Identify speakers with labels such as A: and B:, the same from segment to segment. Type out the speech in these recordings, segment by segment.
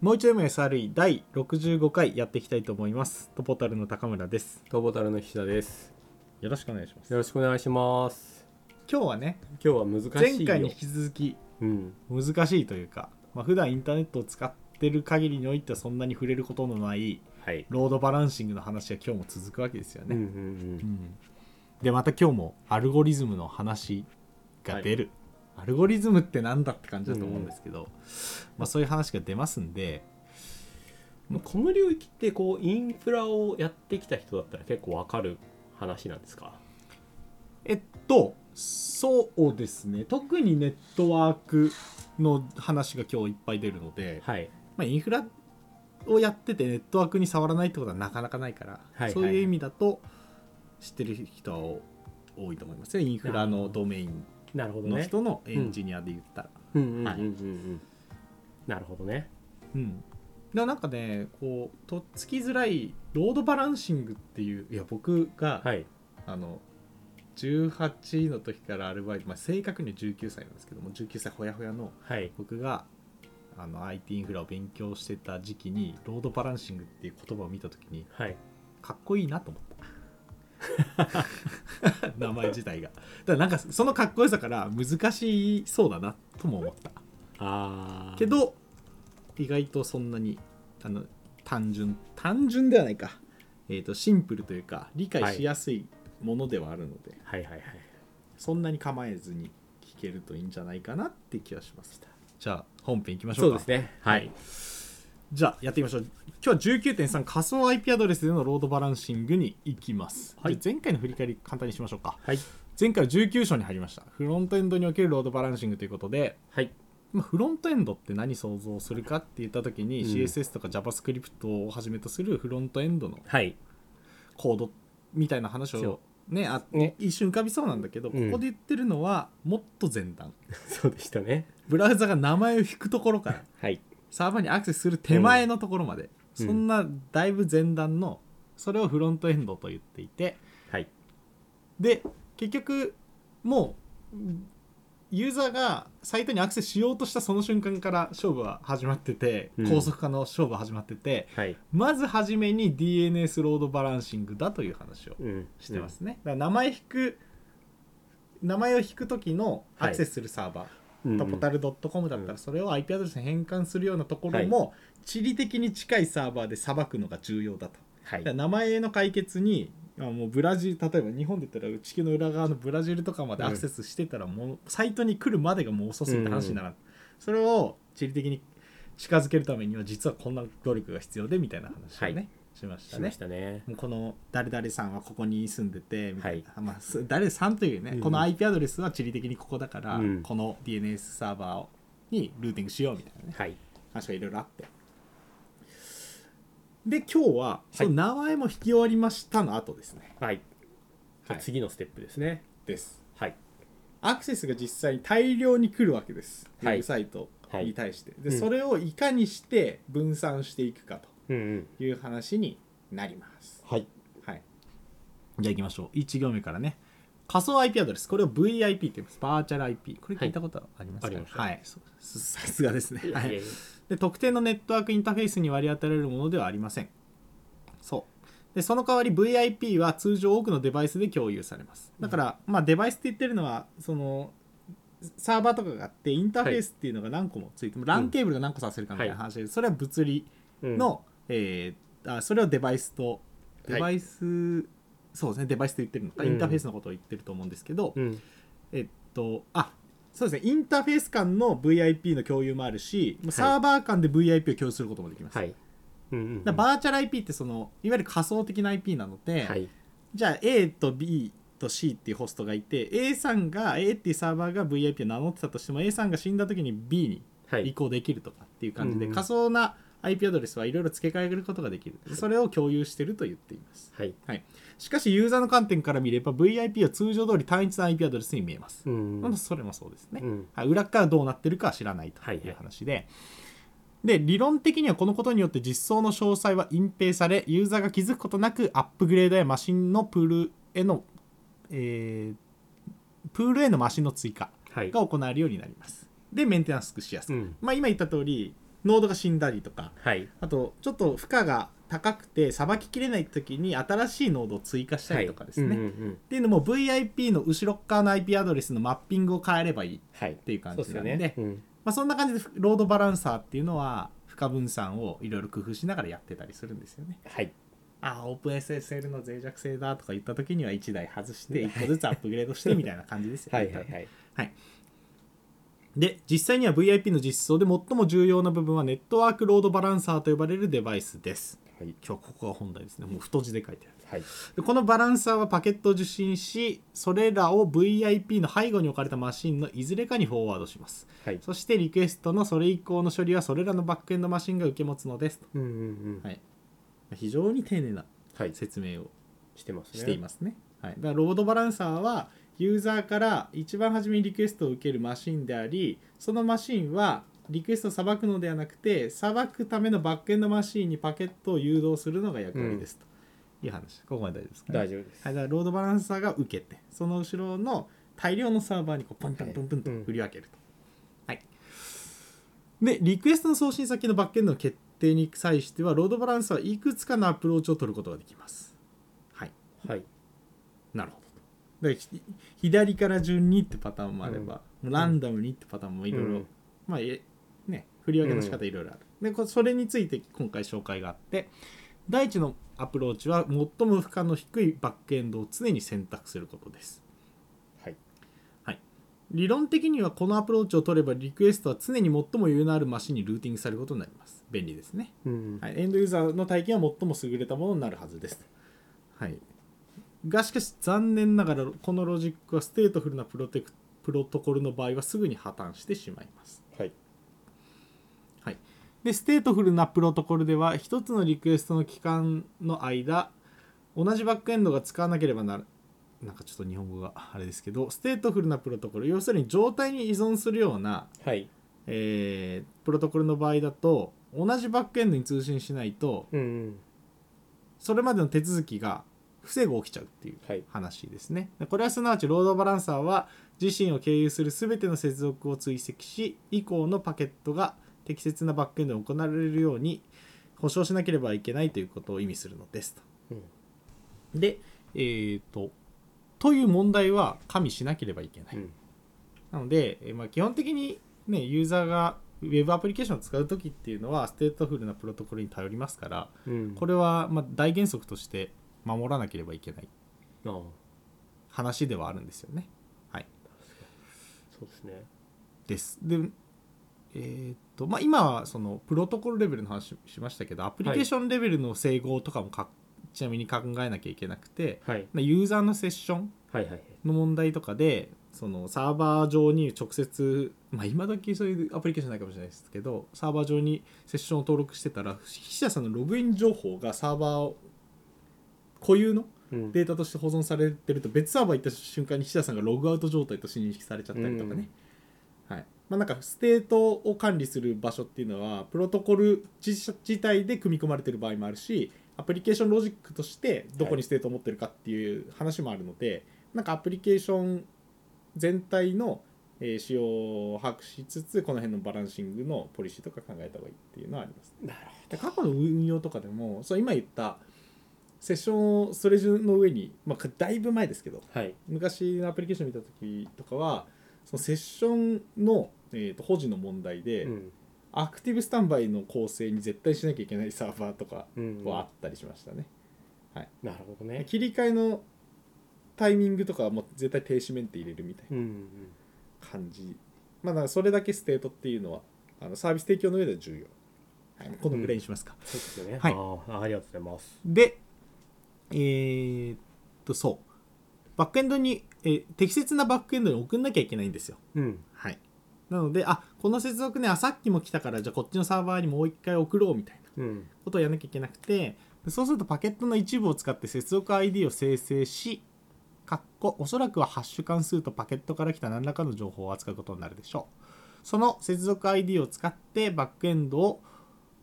A: もう一度も SRE 第65回やっていきたいと思います。トポタルの高村です。
B: トボタルの菱田です。
A: よろしくお願いします。
B: よろしくお願いします。
A: 今日はね、
B: 今日は難しいよ。
A: 前回に引き続き
B: うん。
A: 難しいというか、まあ、普段インターネットを使ってる限りにおいてはそんなに触れることのない
B: はい。
A: ロードバランシングの話が今日も続くわけですよ
B: うんう
A: ね。
B: ん
A: うんで、また今日もアルゴリズムの話が出る。アルゴリズムってなんだって感じだと思うんですけど、まあ、そういう話が出ますんで、
B: うん。この領域ってこうインフラをやってきた人だったら結構わかる話なんですか。
A: えっとそうですね特にネットワークの話が今日いっぱい出るので、
B: はい。
A: まあ、インフラをやっててネットワークに触らないってことはなかなかないから、
B: はい
A: そういう意味だと知ってる人は多いと思いますよインフラのドメイン
B: なるほど
A: の
B: ね。
A: 人のエンジニアで言ったら。
B: うんうんうんうん
A: はい
B: うん。なるほどね。
A: うんでもなんかねこうとっつきづらいロードバランシングっていういや僕が、
B: はい。
A: あの18の時からアルバイト、まあ、正確には19歳なんですけども19歳ほやほやの
B: はい。
A: 僕があの IT インフラを勉強してた時期にロードバランシングっていう言葉を見た時に
B: はい。
A: かっこいいなと思った 名前自体がだからなんかそのかっこよさから難しそうだなとも思った
B: ああ。
A: け。ど意外とそんなにあの単純単純ではないか、えー、とシンプルというか理解しやすいものではあるので、
B: はいはいはい。
A: そんなに構えずに聞けるといいんじゃないかなって気がしますじゃあ本編いきましょ
B: そうう
A: か
B: ですね。はい。
A: じゃあやってみましょう今日は19.3仮想 IP アドレスでのロードバランシングに行きます、
B: はい
A: じゃあ前回の振り返り簡単にしましょうか
B: はい。
A: 前回は19章に入りましたフロントエンドにおけるロードバランシングということで
B: はい。
A: まあフロントエンドって何想像するかって言った時に、
B: うん
A: CSS とか JavaScript をはじめとするフロントエンドの
B: はい。
A: コードみたいな話
B: そ
A: をねあ
B: ね
A: 一瞬浮かびそうなんだけど、
B: うん
A: ここで言ってるのはもっと前段
B: そうでしたね。
A: ブラウザが名前を引くところ から
B: はい。
A: サーバーにアクセスする手前のところまで、
B: うん
A: そんなだいぶ前段のそれをフロントエンドと言っていて
B: はい。
A: で結局もうユーザーがサイトにアクセスしようとしたその瞬間から勝負は始まってて、
B: うん
A: 高速化の勝負は始まってて
B: はい。
A: まず初めに DNS ロードバランシングだという話を
B: うん。
A: してますね、だから名前引く名前を引く時のアクセスするサーバー、
B: うん。
A: ポタ
B: ル。
A: ル .com だったらそれを IP アドレスに変換するようなところも地理的に近いサーバーで裁くのが重要だと、
B: は
A: だ
B: い
A: から。名前の解決にあもうブラジル例えば日本で言ったら地球の裏側のブラジルとかまでアクセスしてたらもう、サイトに来るまでがもう遅すぎて話にならん、それを地理的に近づけるためには実はこんな努力が必要でみたいな話をね、
B: はい
A: しました
B: しま
A: ね
B: し。たね。
A: もうこの誰々さんはここに住んでてみたいな、
B: は
A: まあ、す誰々さんというね、
B: うん
A: この IP アドレスは地理的にここだから、
B: うん
A: この DNS サーバーをにルーティングしようみたいなね
B: はい。
A: 話がいろいろあってで今日はその名前も引き終わりましたの後ですね、
B: はい。
A: はい
B: 次のステップですね。
A: です
B: はい。
A: アクセスが実際に大量に来るわけです、
B: はい
A: ウェブサイトに対して、で
B: うん
A: それをいかにして分散していくか
B: うんうん。
A: という話になります
B: はい。
A: はい。じゃあ行きましょう。1行目からね。仮想 IP アドレス。これを VIP って言います。バーチャル IP。これ聞いたことありますか、
B: はいありました
A: はい。そすさすがですね。はいい
B: えいえ。
A: で、特定のネットワークインターフェースに割り当てられるものではありません。そう。で、その代わり VIP は通常多くのデバイスで共有されます。だから、まあデバイスって言ってるのは、その、サーバーとかがあって、インターフェースっていうのが何個もついて、も LAN ケーブルが何個させるかみたいな話で、それは物理
B: うん、
A: の、えーあそれをデバイスと
B: はい
A: デバイス、そうですねデバイスと言ってるのか、
B: うん
A: インターフェースのことを言ってると思うんですけど、
B: うん、
A: えっとあそうですねインターフェース間の VIP の共有もあるし、
B: い
A: サーバー間で VIP を共有することもできます、
B: はい、うんうんうん、
A: だからバーチャル IP ってそのいわゆる仮想的な IP なので、
B: はい、
A: じゃあ A と B と C っていうホストがいて A さんが A っていうサーバーが VIP を名乗ってたとしても A さんが死んだ時に B に
B: は
A: 移
B: い、
A: 行できるとかっていう感じで、
B: うん
A: 仮想な IP アドレスはいろいろ付け替えることができる、それを共有してると言っています、
B: はい、
A: はい、しかしユーザーの観点から見れば VIP は通常通り単一の IP アドレスに見えます、
B: うん
A: ま
B: う
A: あ
B: ん、
A: それもそうですね、
B: うん
A: はい裏からどうなってるかは知らないと
B: はいはいいう
A: 話で、で理論的にはこのことによって実装の詳細は隠蔽されユーザーが気づくことなくアップグレードやマシンのプールへの、えープールへのマシンの追加
B: はい、
A: が行われるようになりますでメンテナンスしやすく
B: うん、
A: まあ、今言った通りノードが死んだりとか
B: はい
A: あとちょっと負荷が高くてさばききれない時に新しいノードを追加したりとかですね、
B: はいうん
A: っ
B: うんうん
A: ていうのも VIP の後ろっ側の IP アドレスのマッピングを変えればいいっ
B: はい、
A: ていう感
B: そうで
A: じ
B: す
A: な
B: よ
A: んで
B: ね、うん
A: まあ、そんな感じでロードバランサーっていうのは負荷分散をいろいろ工夫しながらやってたりするんですよね
B: はい
A: ああオープン SSL の脆弱性だとか言った時には1台外して1個ずつアップグレードしてみたいな感じですよね
B: はいはいはい
A: で実際には VIP の実装で最も重要な部分はネットワークロードバランサーと呼ばれるデバイスです
B: はい
A: 今日ここが本題ですねもう太字で書いてある
B: はい
A: でこのバランサーはパケットを受信しそれらを VIP の背後に置かれたマシンのいずれかにフォワードします
B: はい
A: そしてリクエストのそれ以降の処理はそれらのバックエンドマシンが受け持つのですと
B: うんうんうん
A: はい非常に丁寧な
B: はい
A: 説明を
B: してますね
A: していますね。はい、だからロードバランサーはユーザーから一番初めにリクエストを受けるマシンでありそのマシンはリクエストをさばくのではなくてさばくためのバックエンドマシンにパケットを誘導するのが役割ですと、いう話ここまで大丈夫ですか、ね、
B: 大丈夫です
A: はい、だからロードバランサーが受けてその後ろの大量のサーバーにこうポンポンポンポンと振り分けると、はいでリクエストの送信先のバックエンドの決定に際してはロードバランサーはいくつかのアプローチを取ることができますはい
B: はい
A: なるほどでひ左から順にってパターンもあれば、もうランダムにってパターンもいろいろ、
B: うん
A: まあえね振り分けの仕方いろいろある、でこそれについて今回紹介があって第一のアプローチは最も負荷の低いバックエンドを常に選択することです
B: はい
A: 理論的にはこのアプローチを取ればリクエストは常に最も余裕のあるマシンにルーティングされることになります便利ですね
B: うん
A: はい、エンドユーザーの体験は最も優れたものになるはずです。はい、がしかし残念ながらこのロジックはステートフルなプロテクプロトコルの場合はすぐに破綻してしまいます。
B: はい
A: はい、でステートフルなプロトコルでは1つのリクエストの期間の間同じバックエンドが使わなければならなんかちょっと日本語があれですけどステートフルなプロトコル要するに状態に依存するような
B: はい
A: えープロトコルの場合だと同じバックエンドに通信しないと
B: うんうん
A: それまでの手続きが不正が起きちゃうっていう
B: はい
A: 話ですねでこれはすなわちロードバランサーは自身を経由する全ての接続を追跡し以降のパケットが適切なバックエンドに行われるように保証しなければいけないということを意味するのですと
B: うん
A: でえー、とという問題は加味しなければいけない、
B: うん
A: なので、えーまあ、基本的に、ね、ユーザーがウェブアプリケーションを使う時っていうのはステートフルなプロトコルに頼りますから
B: うん
A: これはまあ大原則として守らなければいけない
B: ああ
A: 話ではあるんですよね。はい、
B: そうですね
A: です。でえーっとまあ、今はそのプロトコルレベルの話しましたけどアプリケーションレベルの整合とかもかちなみに考えなきゃいけなくて
B: はい
A: まあユーザーのセッション
B: はいはい
A: の問題とかでそのサーバー上に直接、まあ、今時そういうアプリケーションないかもしれないですけどサーバー上にセッションを登録してたら筆者さんのログイン情報がサーバーを固有の
B: うん
A: データとして保存されてると別サーバー行った瞬間に筆者さんがログアウト状態として認識されちゃったりとかね、はいまあ、なんかステートを管理する場所っていうのはプロトコル自自体で組み込まれてる場合もあるしアプリケーションロジックとしてどこにステートを持ってるかっていう話もあるので、なんかアプリケーション全体のえー使用を把握しつつこの辺のバランシングのポリシーとか考えた方がいいっていうのはあります
B: なる
A: で過去の運用とかでもそう今言ったセッションをストレージの上に、まあ、だいぶ前ですけど
B: ほどはい
A: 昔のアプリケーション見た時とかはそのセッションの、えー、と保持の問題で、
B: うん
A: アクティブスタンバイの構成に絶対しなきゃいけない サーバーとか
B: うん
A: はあったりしましたね、
B: なるほどね
A: 切り替えのタイミングとかはもう絶対停止メンテ入れるみたい
B: うんうん
A: な感じまあだからそれだけステートっていうのはあのサービス提供の上では重要、はい、このぐらいにしますか、
B: そうですよね。
A: はい
B: ああ、ありがとうございます。
A: で、えーっと、そう。バックエンドに、えー適切なバックエンドに送んなきゃいけないんですよ。
B: うん。
A: はい。なので、あ、この接続ね、あ、さっきも来たから、じゃあこっちのサーバーにもう一回送ろうみたいな
B: うん。
A: ことをやらなきゃいけなくて、でそうするとパケットの一部を使って接続 ID を生成し、かっこおそらくはハッシュ関数とパケットから来た何らかの情報を扱うことになるでしょう。その接続 ID を使ってバックエンドを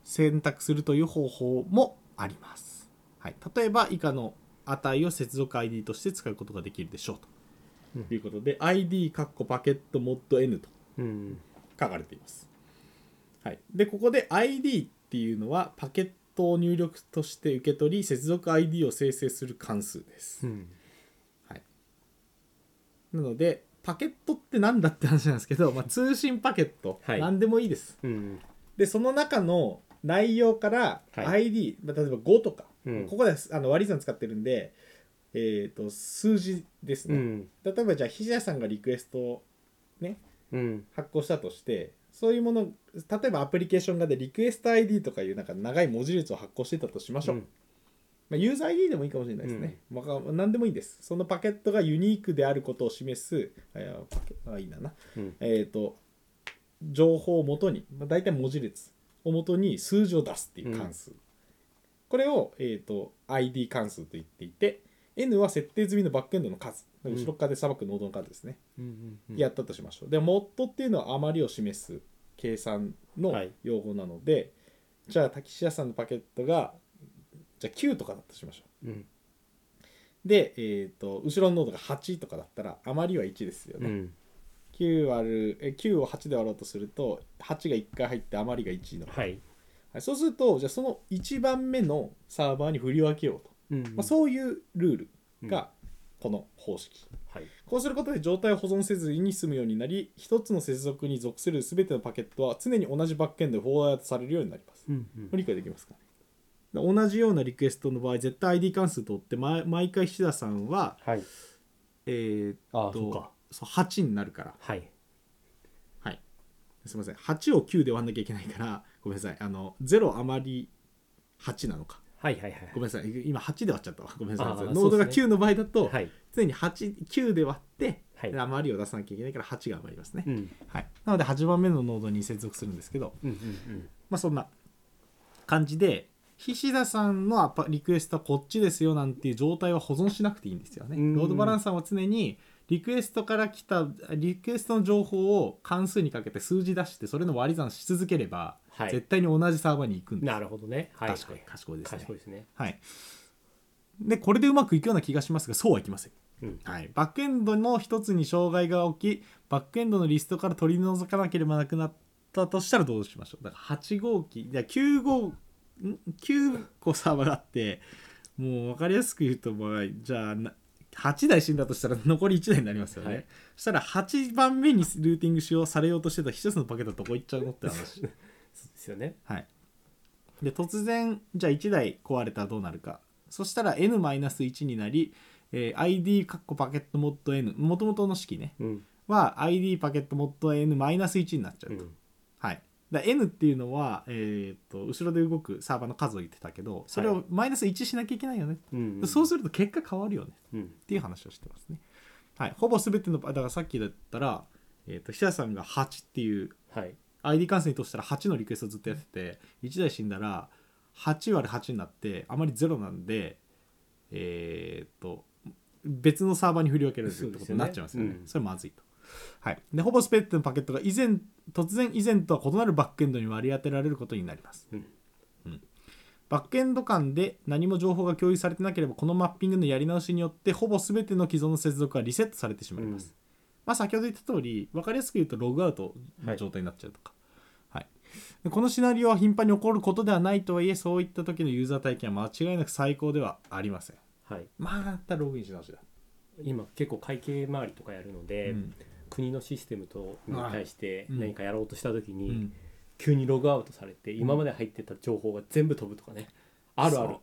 A: 選択するという方法もあります。はい、例えば以下の値を接続 ID として使うことができるでしょう
B: うん
A: ということで、ID パケットモッド N と
B: うん。
A: 書かれています。はい、でここで ID っていうのはパケットを入力として受け取り接続 ID を生成する関数です、
B: うん
A: はい、なのでパケットってなんだって話なんですけ ど、まあ、通信パケット、
B: はい
A: 何でもいいです
B: うん
A: でその中の内容から
B: はい
A: ID、まあ例えば5とか、
B: うん
A: ここではあの割り算使ってるんで、えー、と数字です
B: う
A: ね、
B: ん
A: 例えばじゃあ菱田さんがリクエストをね
B: うん
A: 発行したとしてそういうもの例えばアプリケーションがでリクエスト ID とかいうなんか長い文字列を発行してたとしましょう、まあ、ユーザー ID でもいいかもしれないですね、まあ、何でもいいんですそのパケットがユニークであることを示すあいやパケあいいんだな
B: うん
A: えっ、と情報をもとに、まあ、大体文字列をもとに数字を出すっていう関数、これを、えー、と ID 関数と言っていて N は設定済みのバックエンドの数
B: ん
A: 後ろ側でさばくノードの数ですね、
B: うんうん
A: やったとしましょうでモッドっていうのは余りを示す計算の
B: はい
A: 用語なので、じゃあ滝屋さんのパケットがじゃあ9とかだとしましょ
B: うん
A: うで、えー、と後ろのノードが8とかだったら余りは1ですよ
B: う
A: ね、
B: ん
A: 9割るえ9を8で割ろうとすると8が1回入って余りが1の、
B: はい
A: はい、そうするとじゃあその1番目のサーバーに振り分けようと、
B: うん
A: まあ、そういうルールがこの方式、
B: はい
A: こうすることで状態を保存せずに済むようになり一つの接続に属する全てのパケットは常に同じバックエンドでフォワードされるようになります、
B: うんうん
A: 理解できますかねで同じようなリクエストの場合絶対 ID 関数とって毎毎回菱田さんは
B: はい
A: えーっ
B: ああ
A: と
B: そうか
A: そう8になるから
B: はい
A: はいすいません8を9で割んなきゃいけないからごめんなさいあの0余り8なのか
B: はいはいはい
A: ごめんなさい今8で割っちゃったわごめんなさい
B: あー
A: ノード
B: そう
A: が
B: ですね
A: 9の場合だと、
B: はい
A: 常に89で割って、
B: はい
A: で余りを出さなきゃいけないから8が余りますね、
B: うん
A: はい、なので8番目のノードに接続するんですけど、
B: うんうん
A: まあ、そんな感じで菱田さんのアパリクエストはこっちですよなんていう状態は保存しなくていいんですよね。
B: うん
A: ロードバランサーは常にリクエストから来たリクエストの情報を関数にかけて数字出してそれの割り算し続ければ、
B: はい
A: 絶対に同じサーバーに行くん
B: うん
A: です。
B: なるほどねはい
A: 賢い賢いですね。
B: 賢いですね
A: はい、でこれでうまくいくような気がしますがそうはいきません、
B: うん
A: はい、バックエンドの一つに障害が起きバックエンドのリストから取り除かなければなくなったとしたらどうしましょうだから8号機いや9号ん9個サーバーがあってもう分かりやすく言うとまあじゃあな8台死んだとしたら残り1台になりますよね、
B: はい
A: そしたら8番目にルーティングしようされようとしてた一つのパケットどこ行っちゃうのって話
B: そうですよね
A: はい、で突然じゃあ1台壊れたらどうなるかそしたら N-1 になり、えー ID カッコパケットモッド N 元々の式ね
B: うん
A: は ID パケットモッド N-1 になっちゃう
B: う
A: と、
B: ん
A: はいだ N っていうのは、えーっと後ろで動くサーバーの数を言ってたけどそれをマイナス1しなきゃいけないよね、
B: うん
A: そう
B: す
A: すると結果変わるよね
B: うん
A: っていう話をしてますね、はい、ほぼ全てのだからさっきだったら、えーっと久田さんが8っていう
B: はい
A: ID 関数に通したら8のリクエストずっとやってて1台死んだら8割る8になってあまり0なんでえーっと別のサーバーに振り分けられるってことになっちゃいますよね
B: そうですよねうん
A: それまずいと、はい、でほぼスペックのパケットが以前突然以前とは異なるバックエンドに割り当てられることになります、
B: うん
A: うんバックエンド間で何も情報が共有されてなければこのマッピングのやり直しによってほぼ全ての既存の接続はリセットされてしまいます、まあ、先ほど言った通り分かりやすく言うとログアウトの状態になっちゃうとか、はいでこのシナリオは頻繁に起こることではないとはいえそういった時のユーザー体験は間違いなく最高ではありません
B: はい
A: またログインし直しだ、
B: 今結構会計回りとかやるので、
A: うん
B: 国のシステムとに対して
A: うん
B: 何かやろうとした時に、
A: うん
B: 急にログアウトされて今まで入ってた情報が全部飛ぶとかねあるある
A: そう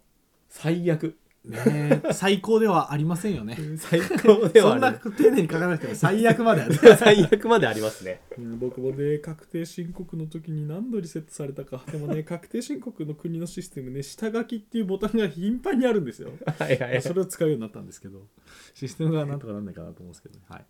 B: 最悪
A: ねえ最高ではありませんよね
B: 最高では
A: そ
B: あ
A: ん
B: る
A: な丁寧に書かなくても最悪まである
B: 最悪までありますね
A: うん 僕もね確定申告の時に何度リセットされたかでもね確定申告の国のシステムね下書きっていうボタンが頻繁にあるんですよ
B: はいはい
A: それを使うようになったんですけどシステムがなんとかなんないかなと思うんですけどね、はい、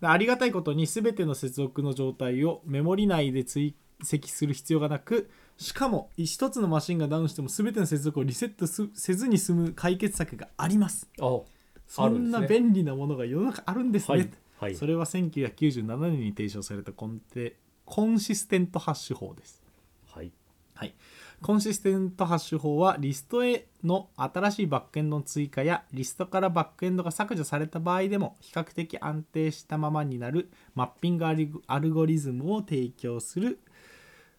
A: でありがたいことに全ての接続の状態をメモリ内で追跡する必要がなくしかも一つのマシンがダウンしても全ての接続をリセットすせずに済む解決策があります
B: あ
A: そんな
B: あるんですね
A: 便利なものが世の中あるんですね
B: はいはい
A: それは1997年に提唱されたコンテコンシステントハッシュ法です
B: はい
A: はい、コンシステントハッシュ法はリストへの新しいバックエンドの追加やリストからバックエンドが削除された場合でも比較的安定したままになるマッピングアルゴアルゴリズムを提供する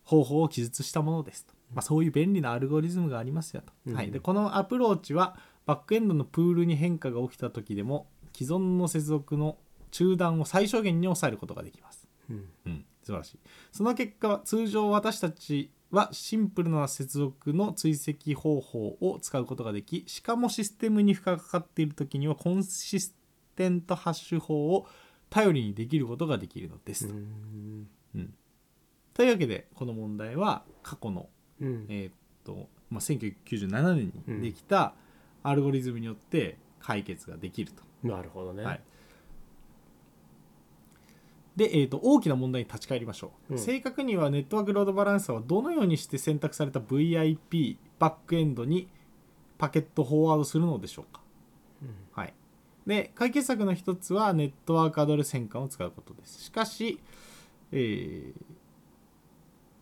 A: 方法を記述したものですと、まあ、そういう便利なアルゴリズムがありますよと、
B: うん
A: はい、でこのアプローチはバックエンドのプールに変化が起きた時でも既存の接続の中断を最小限に抑えることができます
B: うん
A: うん、素晴らしいその結果通常私たちはシンプルな接続の追跡方法を使うことができしかもシステムに負荷がかかっている時にはコンシステントハッシュ法を頼りにできることができるのです、
B: うん
A: というわけでこの問題は過去の、
B: うん
A: えーっとまあ、1997年にできたアルゴリズムによって解決ができると。
B: なるほどね、
A: はいで、えー、と大きな問題に立ち返りましょう、
B: うん
A: 正確にはネットワークロードバランサーはどのようにして選択された VIP バックエンドにパケットをフォワードするのでしょうか、
B: うん
A: はい、で解決策の一つはネットワークアドレス変換を使うことですしかし,、えー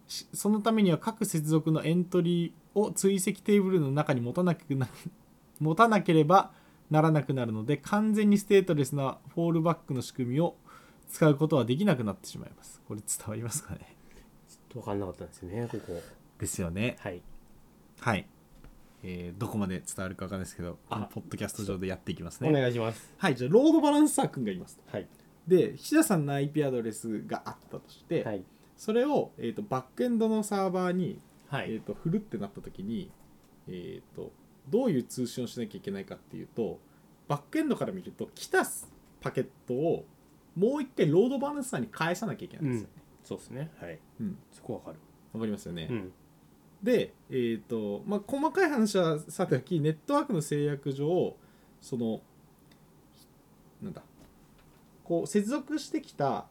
A: しそのためには各接続のエントリーを追跡テーブルの中に持たなくな 持たなければならなくなるので完全にステートレスなフォールバックの仕組みを使うことはできなくなってしまいますこれ伝わりますかね
B: ちょっと分かんなかったんですよねここ
A: ですよね
B: はい
A: はい、えーどこまで伝わるかわかんないですけどこの
B: あ
A: ポッドキャスト上でやっていきます
B: お
A: ね
B: 願いします
A: はいじゃあロードバランサー君がいます
B: はい
A: で菱田さんの IP アドレスがあったとして、
B: はい
A: それを、えー、とバックエンドのサーバーに、
B: は
A: えー、と振るってなった時に、えー、とどういう通信をしなきゃいけないかっていうとバックエンドから見ると来たパケットをもう一回ロードバランサーに返さなきゃいけないんですよね。
B: そうですねはい
A: うん
B: そこわかる
A: わかりますよね、
B: うん
A: で、えーとまあ、細かい話はさておきネットワークの制約上そのなんだこう接続してきた、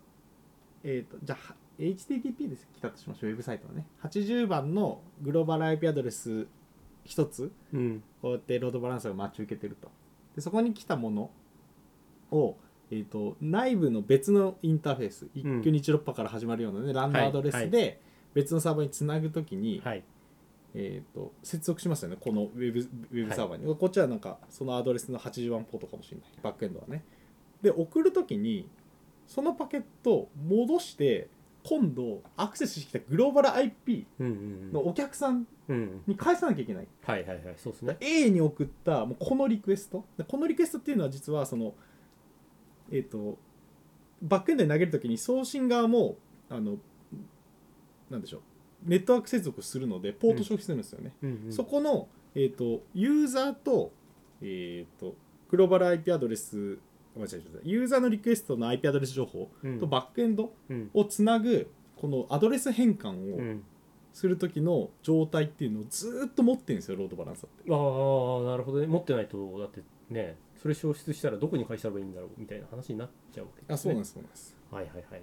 A: えー、とじゃあは HTTP で来たとしましょうウェブサイトのね80番のグローバル IP アドレス1つ
B: うん
A: こうやってロードバランサーが待ち受けてるとでそこに来たものを、えー、と内部の別のインターフェース
B: ん
A: 1926波から始まるようなね、ランドアドレスで別のサーバーにつなぐときに、
B: はい
A: えー、と接続しますよねこのウェブウェブサーバーに、こっちはなんかそのアドレスの80番ポートかもしれないバックエンドはねで送るときにそのパケットを戻して今度アクセスしてきたグローバル IP
B: うんうん
A: のお客さん
B: うん
A: に返さなきゃいけない、
B: はいはいはいそうですね
A: A に送ったもうこのリクエストでこのリクエストっていうのは実はそのえっ、とバックエンドに投げるときに送信側もあのなんでしょうネットワーク接続するのでポート消費するんですよね、
B: うん
A: そこの、えー、とユーザーと,、えー、とグローバル IP アドレスあ間違えちゃったユーザーのリクエストの IP アドレス情報
B: うん
A: とバックエンド
B: うん
A: をつなぐこのアドレス変換
B: う
A: を
B: ん
A: する時の状態っていうのをずーっと持ってるんですよロードバランサーって。
B: ああなるほどね持ってないとだってねそれ消失したらどこに返したらいいんだろうみたいな話になっちゃうわけ
A: あそうなん
B: で
A: ですそうなんです
B: すねはいはいはい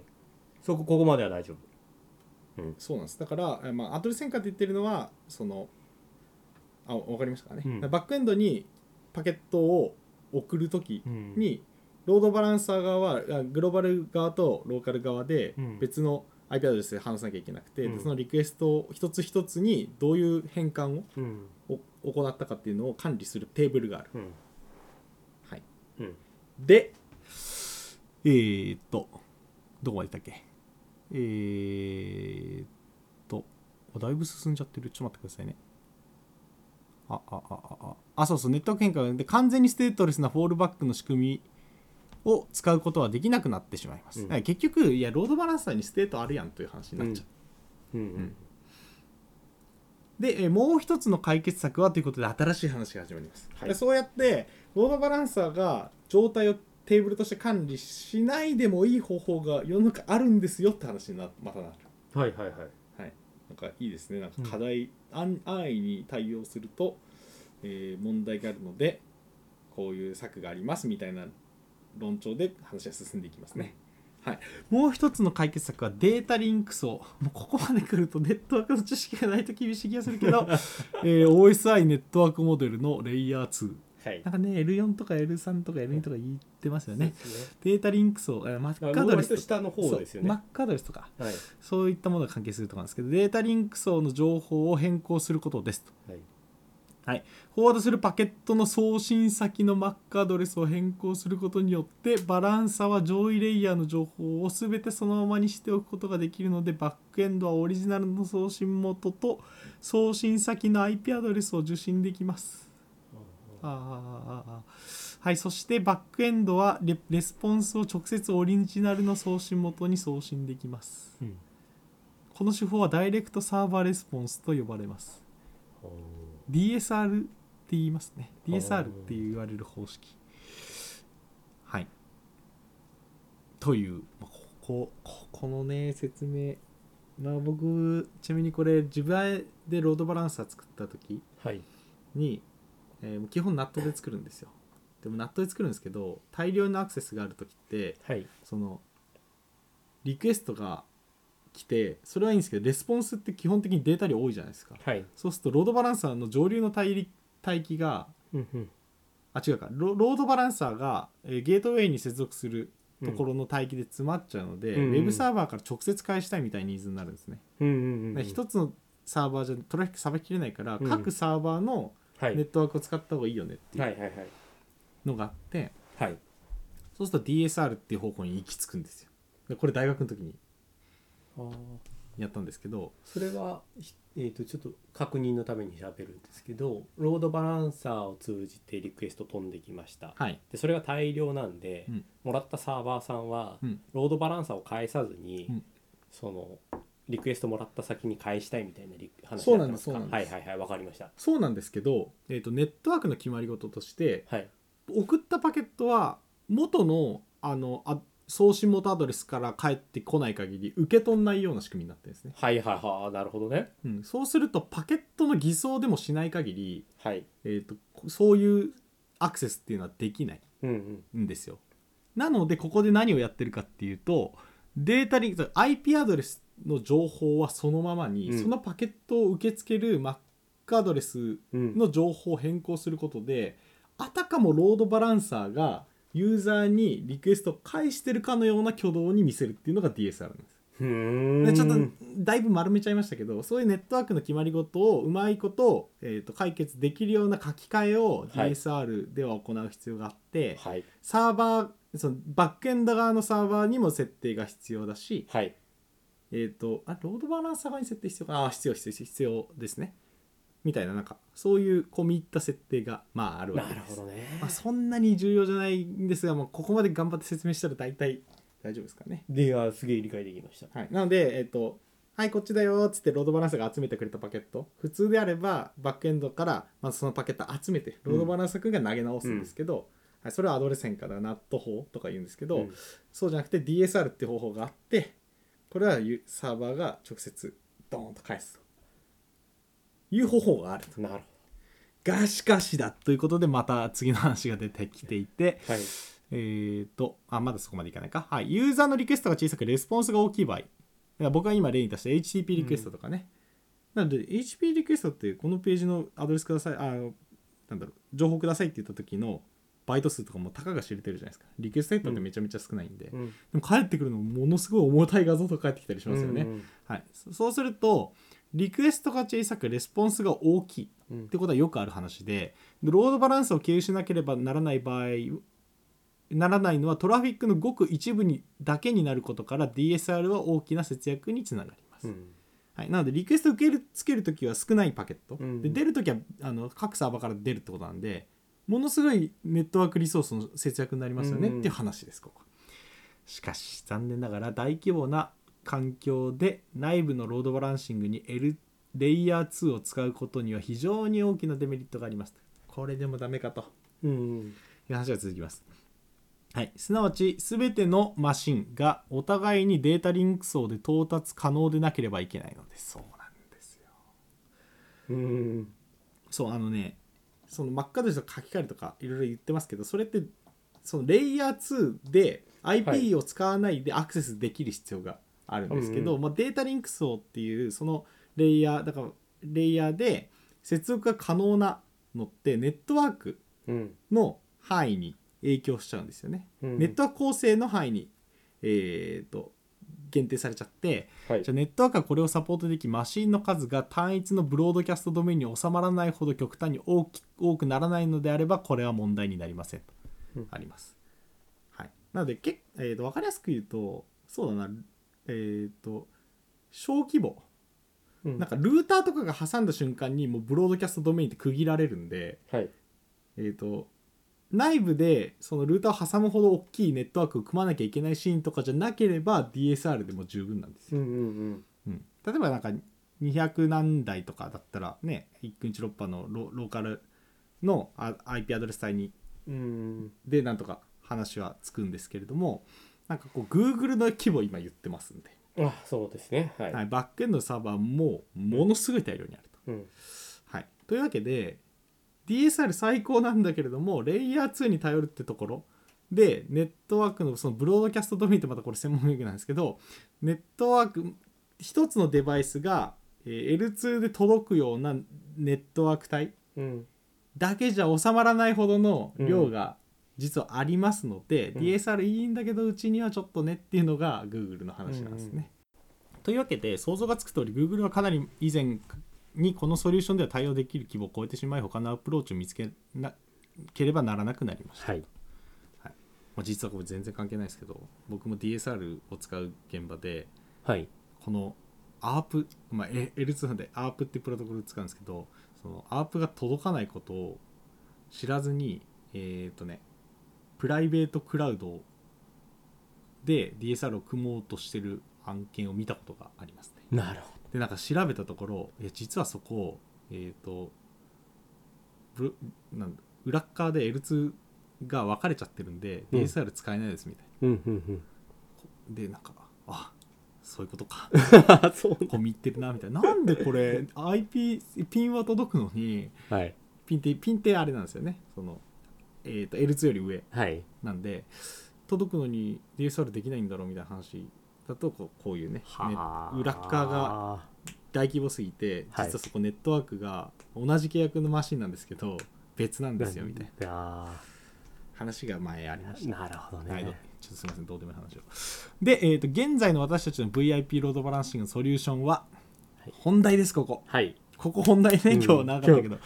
B: そこここまでは大丈夫
A: そうなんですだから、えまあ、アドレス変換って言ってるのはそのあわかりましたかね、
B: うん
A: バックエンドにパケットを送る時
B: うん
A: にロードバランサー側はあグローバル側とローカル側で
B: うん
A: 別の IP アドレスで話さなきゃいけなくて、
B: うん
A: でそのリクエストを一つ一つにどういう変換を
B: うん
A: お行ったかっていうのを管理するテーブルがある。
B: うん
A: はい、
B: うん
A: でえー、っとどこまで行ったっけえー、っとあだいぶ進んじゃってるちょっと待ってくださいねああああああそうそうネットワーク変換で完全にステートレスなフォールバックの仕組みを使うことはできなくなってしまいます、
B: うん
A: だから結局いやロードバランサーにステートあるやんという話になっちゃう、
B: うん
A: で、えーもう一つの解決策はということで新しい話が始まります、
B: はい
A: でそうやってロードバランサーが状態をテーブルとして管理しないでもいい方法が世の中あるんですよって話になまたなる
B: はいはいはい
A: なんかいいですねなんか課題、安安易に対応すると、えー問題があるのでこういう策がありますみたいな論調で話は進んでいきますね。はい、もう一つの解決策はデータリンクスをもうここまで来るとネットワークの知識がないと厳しい気がするけ ど、えー OSI ネットワークモデルのレイヤー2
B: はい
A: なんかね L4 とか L3 とか L2 とか言ってますよね
B: そうですね
A: データリンクスを、えー、マッ
B: だ
A: ク
B: か
A: ア
B: ら
A: ドレ
B: 割と
A: スと
B: 下の方ですよね
A: そうマックアドレスとか
B: はい
A: そういったものが関係するところなんですけどデータリンク層の情報を変更することですと
B: はい
A: はい、フォワードするパケットの送信先の Mac アドレスを変更することによってバランサは上位レイヤーの情報を全てそのままにしておくことができるのでバックエンドはオリジナルの送信元と送信先の IP アドレスを受信できます。あーはい、そしてバックエンドはレレスポンスを直接オリジナルの送信元に送信できます。
B: うん
A: この手法はダイレクトサーバーレスポンスと呼ばれます。
B: おー
A: DSR って言いますね
B: あー
A: DSR って言われる方式はいというまあここここのね説明まあ僕ちなみにこれ自分でロードバランサー作った時
B: はい
A: に、えー基本ナットで作るんですよでもナットで作るんですけど大量のアクセスがある時って
B: はい
A: そのリクエストが来てそれはいいんですけどレスポンスって基本的にデータ量多いじゃないですか
B: はい
A: そうするとロードバランサーの上流の帯帯域が
B: うんうん
A: あ違うかロロードバランサーが、えーゲートウェイに接続するところの帯域で詰まっちゃうので、
B: うんうん
A: ウェブサーバーから直接返したいみたいなニーズになるんですね。
B: うんうんうん
A: で一、つのサーバーじゃトラフィックさばききれないから、
B: うん
A: 各サーバーの
B: はい
A: ネットワークを使った方がいいよねってい
B: は
A: う
B: いはいはい
A: のがあって、
B: はい
A: そうすると DSR っていう方向に行き着くんですよ。でこれ大学の時に
B: あー
A: やったんですけど
B: それは、ひえー、とちょっと確認のために喋るんですけどロードバランサーを通じてリクエスト飛んできました
A: はい
B: でそれが大量なんで、
A: うん
B: もらったサーバーさんは、
A: うん
B: ロードバランサーを返さずに、
A: うん
B: そのリクエストもらった先に返したいみたいなリ話
A: そう
B: だ
A: な
B: った
A: ん
B: ん
A: で
B: ですす
A: そう
B: か
A: なんです
B: はいはいはいわかりました
A: そうなんですけど、えー、とネットワークの決まり事として
B: はい
A: 送ったパケットは元のあのあ送信元アドレスから返ってこない限り受け取んないような仕組みになってるんですね、
B: はいはいはいなるほどね
A: うん、そうするとパケットの偽装でもしない限り、
B: はい
A: えー、とこそういうアクセスっていうのはできない
B: うんうん
A: んですよなのでここで何をやってるかっていうとデータリンク IP アドレスの情報はそのままに、
B: うん
A: そのパケットを受け付ける Mac アドレス
B: うん
A: の情報を変更することであたかもロードバランサーがユーザーにリクエストを返してるかのような挙動に見せるっていうのが DSR なんです。
B: ふーん
A: でちょっとだいぶ丸めちゃいましたけどそういうネットワークの決まり事をうまいこと,、えーと解決できるような書き換えを
B: はい
A: DSR では行う必要があって、
B: はい
A: サーバーそのバックエンド側のサーバーにも設定が必要だし、
B: はい
A: えっ、と、あ、ロードバランサー側に設定必要かなあ、必要、必要、必要ですね。みたいな、なんか、そういう込み入った設定が、まあ、あるわ
B: な
A: け
B: る
A: です。
B: ほどね
A: まあ、そんなに重要じゃないんですが、まあ、ここまで頑張って説明したら大体大丈夫ですかね。
B: ではすげえ理解できました
A: はい。なので、えっ、と、はい、こっちだよっつってロードバランサーが集めてくれたパケット普通であればバックエンドからまずそのパケット集めてロードバランサー君が投げ直すんですけど、はい、それはアドレス変化だナット法とか言うんですけど、
B: うん
A: そうじゃなくて DSR って方法があってこれはユサーバーが直接ドーンと返すという方法があると。
B: なるほ
A: がしかしだということでまた次の話が出てきていて
B: どはい
A: えー、とあまだそこまでいかないか、はい、ユーザーのリクエストが小さくレスポンスが大きい場合だから僕が今例に出した HTTP リクエストとかね、なので HTTP リクエストってこのページのアドレスくださいあのなんだろう情報くださいって言った時のバイト数とかもたかが知れてるじゃないですかリクエストヘッドってめちゃめちゃ少ないんで、
B: うん
A: でも返ってくるのものすごい重たい画像とか返ってきたりしますよね、
B: うんうん
A: はい、そそうするとリクエストが小さくレスポンスが大きい
B: うん
A: ってことはよくある話ででロードバランスを経由しなければならない場合ならないのはトラフィックのごく一部にだけになることから DSR は大きな節約につながります、
B: うん
A: はい、なのでリクエスト受けるつけるときは少ないパケット、
B: うん
A: で出るときはあの各サーバーから出るってことなんでものすごいネットワークリソースの節約になりますよねっ
B: うんうん
A: ていう話ですここしかし残念ながら大規模な環境で内部のロードバランシングに L レイヤー2を使うことには非常に大きなデメリットがありますこれでもダメかと
B: うん
A: という話が続きます。はい、すなわち全てのマシンがお互いにデータリンク層で到達可能でなければいけないのですそうなんですよ
B: うん
A: そうあのねその真っ赤として書き換えるとかいろいろ言ってますけどそれってそのレイヤー2で
B: はい
A: IP を使わないでアクセスできる必要があるんですけど、
B: うん
A: まあ、データリンク層っていうそのレイヤーだからレイヤーで接続が可能なのってネットワーク
B: うん
A: の範囲に影響しちゃうんですよね。
B: うん
A: ネットワーク構成の範囲に、えーと限定されちゃって
B: はい
A: じゃあネットワークはこれをサポートできマシンの数が単一のブロードキャストドメインに収まらないほど極端に大き多くならないのであればこれは問題になりませんと
B: うん
A: あります。はい、なのでけ、えー、と分かりやすく言うとそうだなえっ、と小規模
B: うん
A: なんかルーターとかが挟んだ瞬間にもうブロードキャストドメインって区切られるんで、
B: はい
A: えー、と内部でそのルーターを挟むほど大きいネットワークを組まなきゃいけないシーンとかじゃなければ DSR でも十分なんですよ
B: うんうん
A: うん、例えばなんか200何台とかだったらね1日6波のロローカルのあ IP アドレス帯に
B: うんうん
A: でなんとか話はつくんですけれどもなんかこう Google の規模今言ってますんで、
B: あそうですねはい、
A: はい、バックエンドのサーバーもものすごい大量にあると。
B: うん
A: はい、というわけで DSR 最高なんだけれどもレイヤー2に頼るってところでネットワークのそのブロードキャストドメインってまたこれ専門用語なんですけどネットワーク一つのデバイスがえー L2 で届くようなネットワーク体
B: うん
A: だけじゃ収まらないほどの量が実はありますので、
B: うん
A: DSR いいんだけどうちにはちょっとねっていうのが Google の話なんですね。というわけで想像がつく通り Google はかなり以前にこのソリューションでは対応できる規模を超えてしまい他のアプローチを見つけなければならなくなりました。
B: はい
A: まあ、実はこれ全然関係ないですけど僕も DSR を使う現場で
B: はい
A: この ARP、まあ、え L2 なんで ARP ってプロトコルを使うんですけどその ARP が届かないことを知らずにえっ、とねプライベートクラウドで DSR を組もうとしてる案件を見たことがありますね
B: なるほど
A: でなんか調べたところいや実はそこえっ、とブロなんだ裏っ側で L2 が分かれちゃってるんで
B: うん
A: DSR 使えないですみたいな、
B: うん うん
A: でなんかあそういうことか
B: うんそう
A: 込み入ってるなみたいななんでこれ IP ピンは届くのに
B: はい
A: ピンってピンってあれなんですよねその、えー、と L2 より上
B: はい
A: なんで届くのに DSR できないんだろうみたいな話だとこうこういうねね
B: は
A: 裏っ側が
B: が
A: 大規模すぎて実
B: はい
A: はそこネットワークが同じ契約のマシンなんですけど別なんですよみたいな
B: な
A: 話が前ありました。
B: なるほどね、
A: はい、どちょっとすみません、どうでもいい話を。で、えー、と現在の私たちの VIP ロードバランシングのソリューションは、本題です、ここ。
B: はい
A: ここ本題ね、
B: うん
A: 今日なかったけど、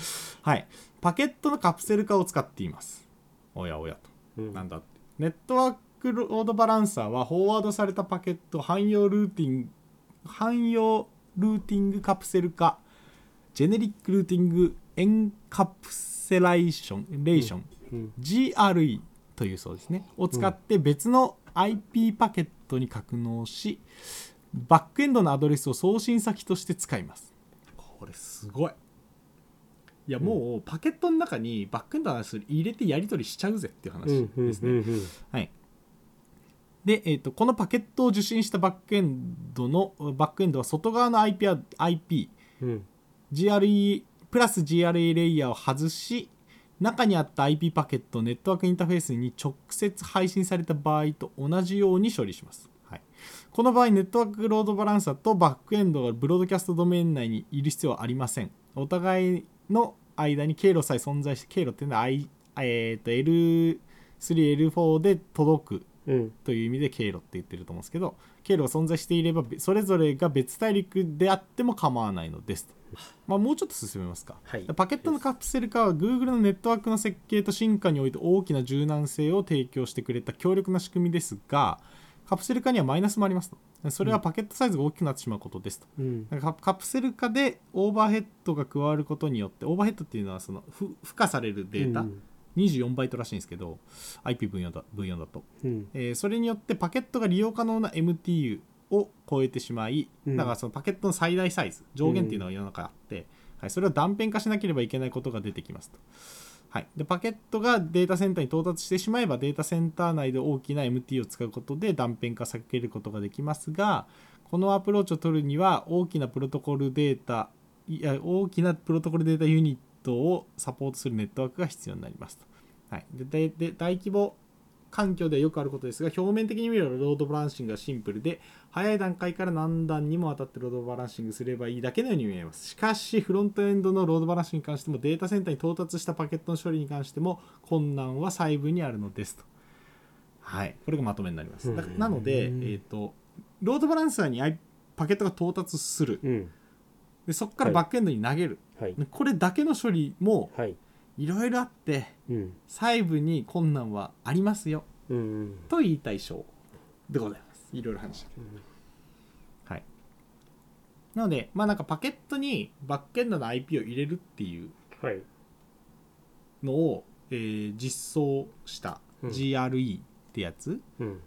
A: はい。パケットのカプセル化を使っています。おやおやと。
B: うん
A: なんだって。ネットワークロードバランサーは、フォワードされたパケットを汎用ルーティング、汎用ルーティングカプセル化、ジェネリックルーティングエンカプセライション、レーション、
B: うん、
A: GRE というそうですね、を使って別の IP パケットに格納し、バックエンドのアドレスを送信先として使いますこれすごいいやもうパケットの中にバックエンドのアドレス入れてやり取りしちゃうぜっていう
B: う
A: 話
B: んうん
A: です
B: うん
A: ね
B: うん
A: はいで、えー、とこのパケットを受信したバックエンドのバックエンドは外側の IP, は IP
B: うん、
A: GRE プラス GRE レイヤーを外し中にあった IP パケットをネットワークインターフェースに直接配信された場合と同じように処理します、はい、この場合ネットワークロードバランサーとバックエンドがブロードキャストドメイン内にいる必要はありませんお互いの間に経路さえ存在して経路っていうのは、I えー、と L3L4 で届く
B: うん
A: という意味で経路って言ってると思うんですけど経路が存在していればべそれぞれが別大陸であっても構わないのですと、まあ、もうちょっと進めますか、
B: はい
A: パケットのカプセル化は Google のネットワークの設計と進化において大きな柔軟性を提供してくれた強力な仕組みですがカプセル化にはマイナスもありますとそれはパケットサイズが大きくなってしまうことですと、
B: うん
A: なんかカカプセル化でオーバーヘッドが加わることによってオーバーヘッドっていうのはそのふ付加されるデータ、
B: うん
A: 24バイトらしいんですけど IPv4 だ V4 だと
B: うん
A: えーそれによってパケットが利用可能な MTU を超えてしまい、
B: うん
A: だからそのパケットの最大サイズ上限っていうのが世の中あって、はい、それを断片化しなければいけないことが出てきますと、はい、でパケットがデータセンターに到達してしまえばデータセンター内で大きな MTU を使うことで断片化避けることができますがこのアプローチを取るには大きなプロトコルデータいや大きなプロトコルデータユニットをサポートするネットワークが必要になりますと、はい、ででで大規模環境ではよくあることですが表面的に見ればロードバランシングがシンプルで早い段階から何段にもわたってロードバランシングすればいいだけのように見えますしかしフロントエンドのロードバランシングに関してもデータセンターに到達したパケットの処理に関しても困難は細部にあるのですとはいこれがまとめになりますだ
B: うん
A: なので、えー、とロードバランサーに I- パケットが到達する
B: うん
A: でそこからバックエンドに投げる、
B: はい
A: でこれだけの処理も
B: はい
A: いろいろあって
B: うん
A: 細部に困難はありますよ
B: うんうん
A: と言いたい章でございますいろいろ話してるはいなのでまあなんかパケットにバックエンドの IP を入れるっていう
B: はい
A: のを、えー実装した
B: うん
A: GRE ってやつ、
B: うん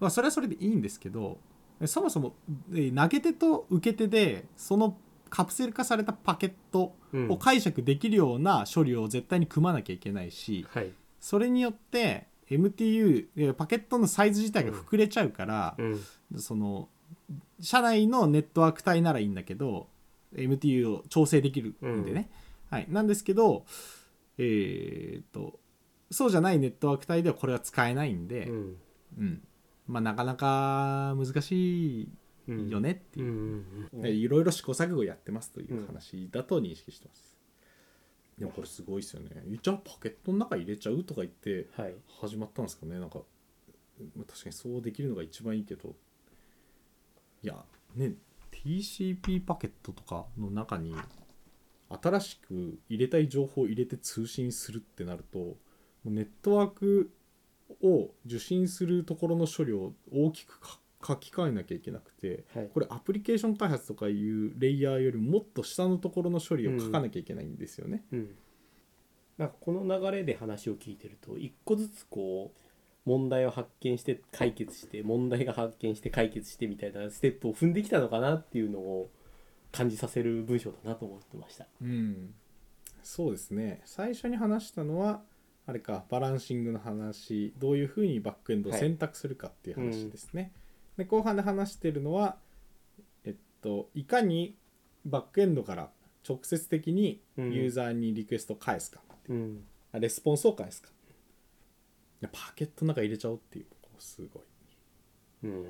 A: まあ、それはそれでいいんですけどそもそも、えー投げ手と受け手でそのカプセル化されたパケット
B: うん
A: を解釈できるような処理を絶対に組まなきゃいけないし
B: はい
A: それによって MTU えーパケットのサイズ自体が膨れちゃうから、
B: うん
A: その社内のネットワーク帯ならいいんだけど MTU を調整できるんでね、はい、なんですけどえーっとそうじゃないネットワーク帯ではこれは使えないんで、
B: うん
A: うんまあ、なかなか難しい
B: うん
A: よねって
B: う
A: い
B: ん
A: う、
B: うん
A: でいろいろ試行錯誤やってますという話だと認識してます、でもこれすごいですよねえじゃあパケットの中入れちゃうとか言って
B: はい
A: 始まったんですかねなんかまあ確かにそうできるのが一番いいけどいやね TCP パケットとかの中に新しく入れたい情報を入れて通信するってなるともうネットワークを受信するところの処理を大きくか書き換えなきゃいけなくて、
B: はい
A: これアプリケーション開発とかいうレイヤーよりもっと下のところの処理を書かなきゃいけないんですよね。
B: うんなんかこの流れで話を聞いてると一個ずつこう問題を発見して解決して問題が発見して解決してみたいなステップを踏んできたのかなっていうのを感じさせる文章だなと思ってました。
A: うん、そうですね最初に話したのはあれかバランシングの話どういうふうにバックエンドを
B: はい
A: 選択するかっていう話ですね、で後半で話してるのはえっといかにバックエンドから直接的に
B: うん
A: ユーザーにリクエストを返すか、
B: うん、
A: あレスポンスを返すかいやパケットの中入れちゃおうっていうこうすごい
B: うん、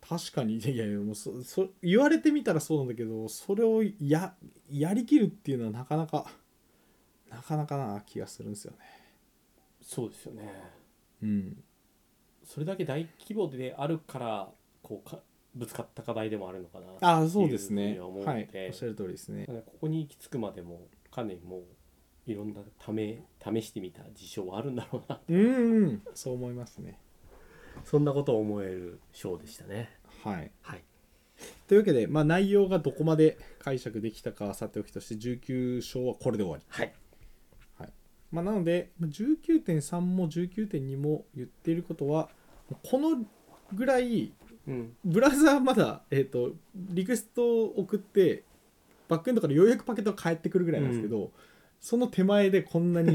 A: 確かにいやいやいやもうそそ言われてみたらそうなんだけどそれをややりきるっていうのはなかなかなかなかな気がするんですよね。
B: そうですよね。
A: うん、
B: それだけ大規模であるからこうかぶつかった課題でもあるのかな
A: ああそうですね。
B: っていうふうには思うの
A: はい
B: で、
A: おっしゃる通りですね
B: た。だここに行き着くまでもかなりもういろんな試試してみた事象はあるんだろうな
A: うん、うん、そう思いますね。
B: そんなことを思える章でしたね。
A: はい、
B: はい。
A: というわけで、まあ、内容がどこまで解釈できたかはさておきとして19章はこれで終わり。
B: はい。
A: はいまあ、なのでまあ19.3も19.2も言っていることはこのぐらい
B: うん。
A: ブラウザーまだ、えー、とリクエストを送ってバックエンドからようやくパケットが返ってくるぐらいなんですけど、その手前でこんなに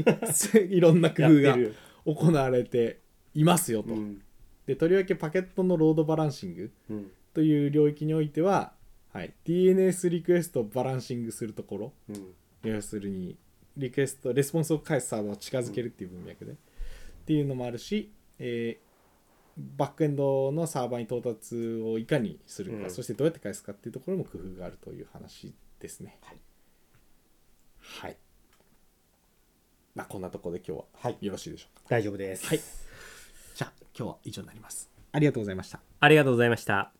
A: いろんな工夫
B: やっ
A: が
B: てる
A: 行われていますよと。
B: うん。
A: でとりわけパケットのロードバランシング
B: うん。
A: という領域においては、はい、DNS リクエストをバランシングするところ
B: うん。
A: 要するにリクエストレスポンスを返すサーバーを近づけるっていう文脈で、っていうのもあるし、えーバックエンドのサーバーに到達をいかにするか、
B: うん
A: そしてどうやって返すかっていうところも工夫があるという話ですね
B: はい
A: はい、まあ、こんなところで今日は
B: はい
A: よろしいでしょうか
B: 大丈夫です。はい。
A: じゃあ今日は以上になりますありがとうございました
B: ありがとうございました。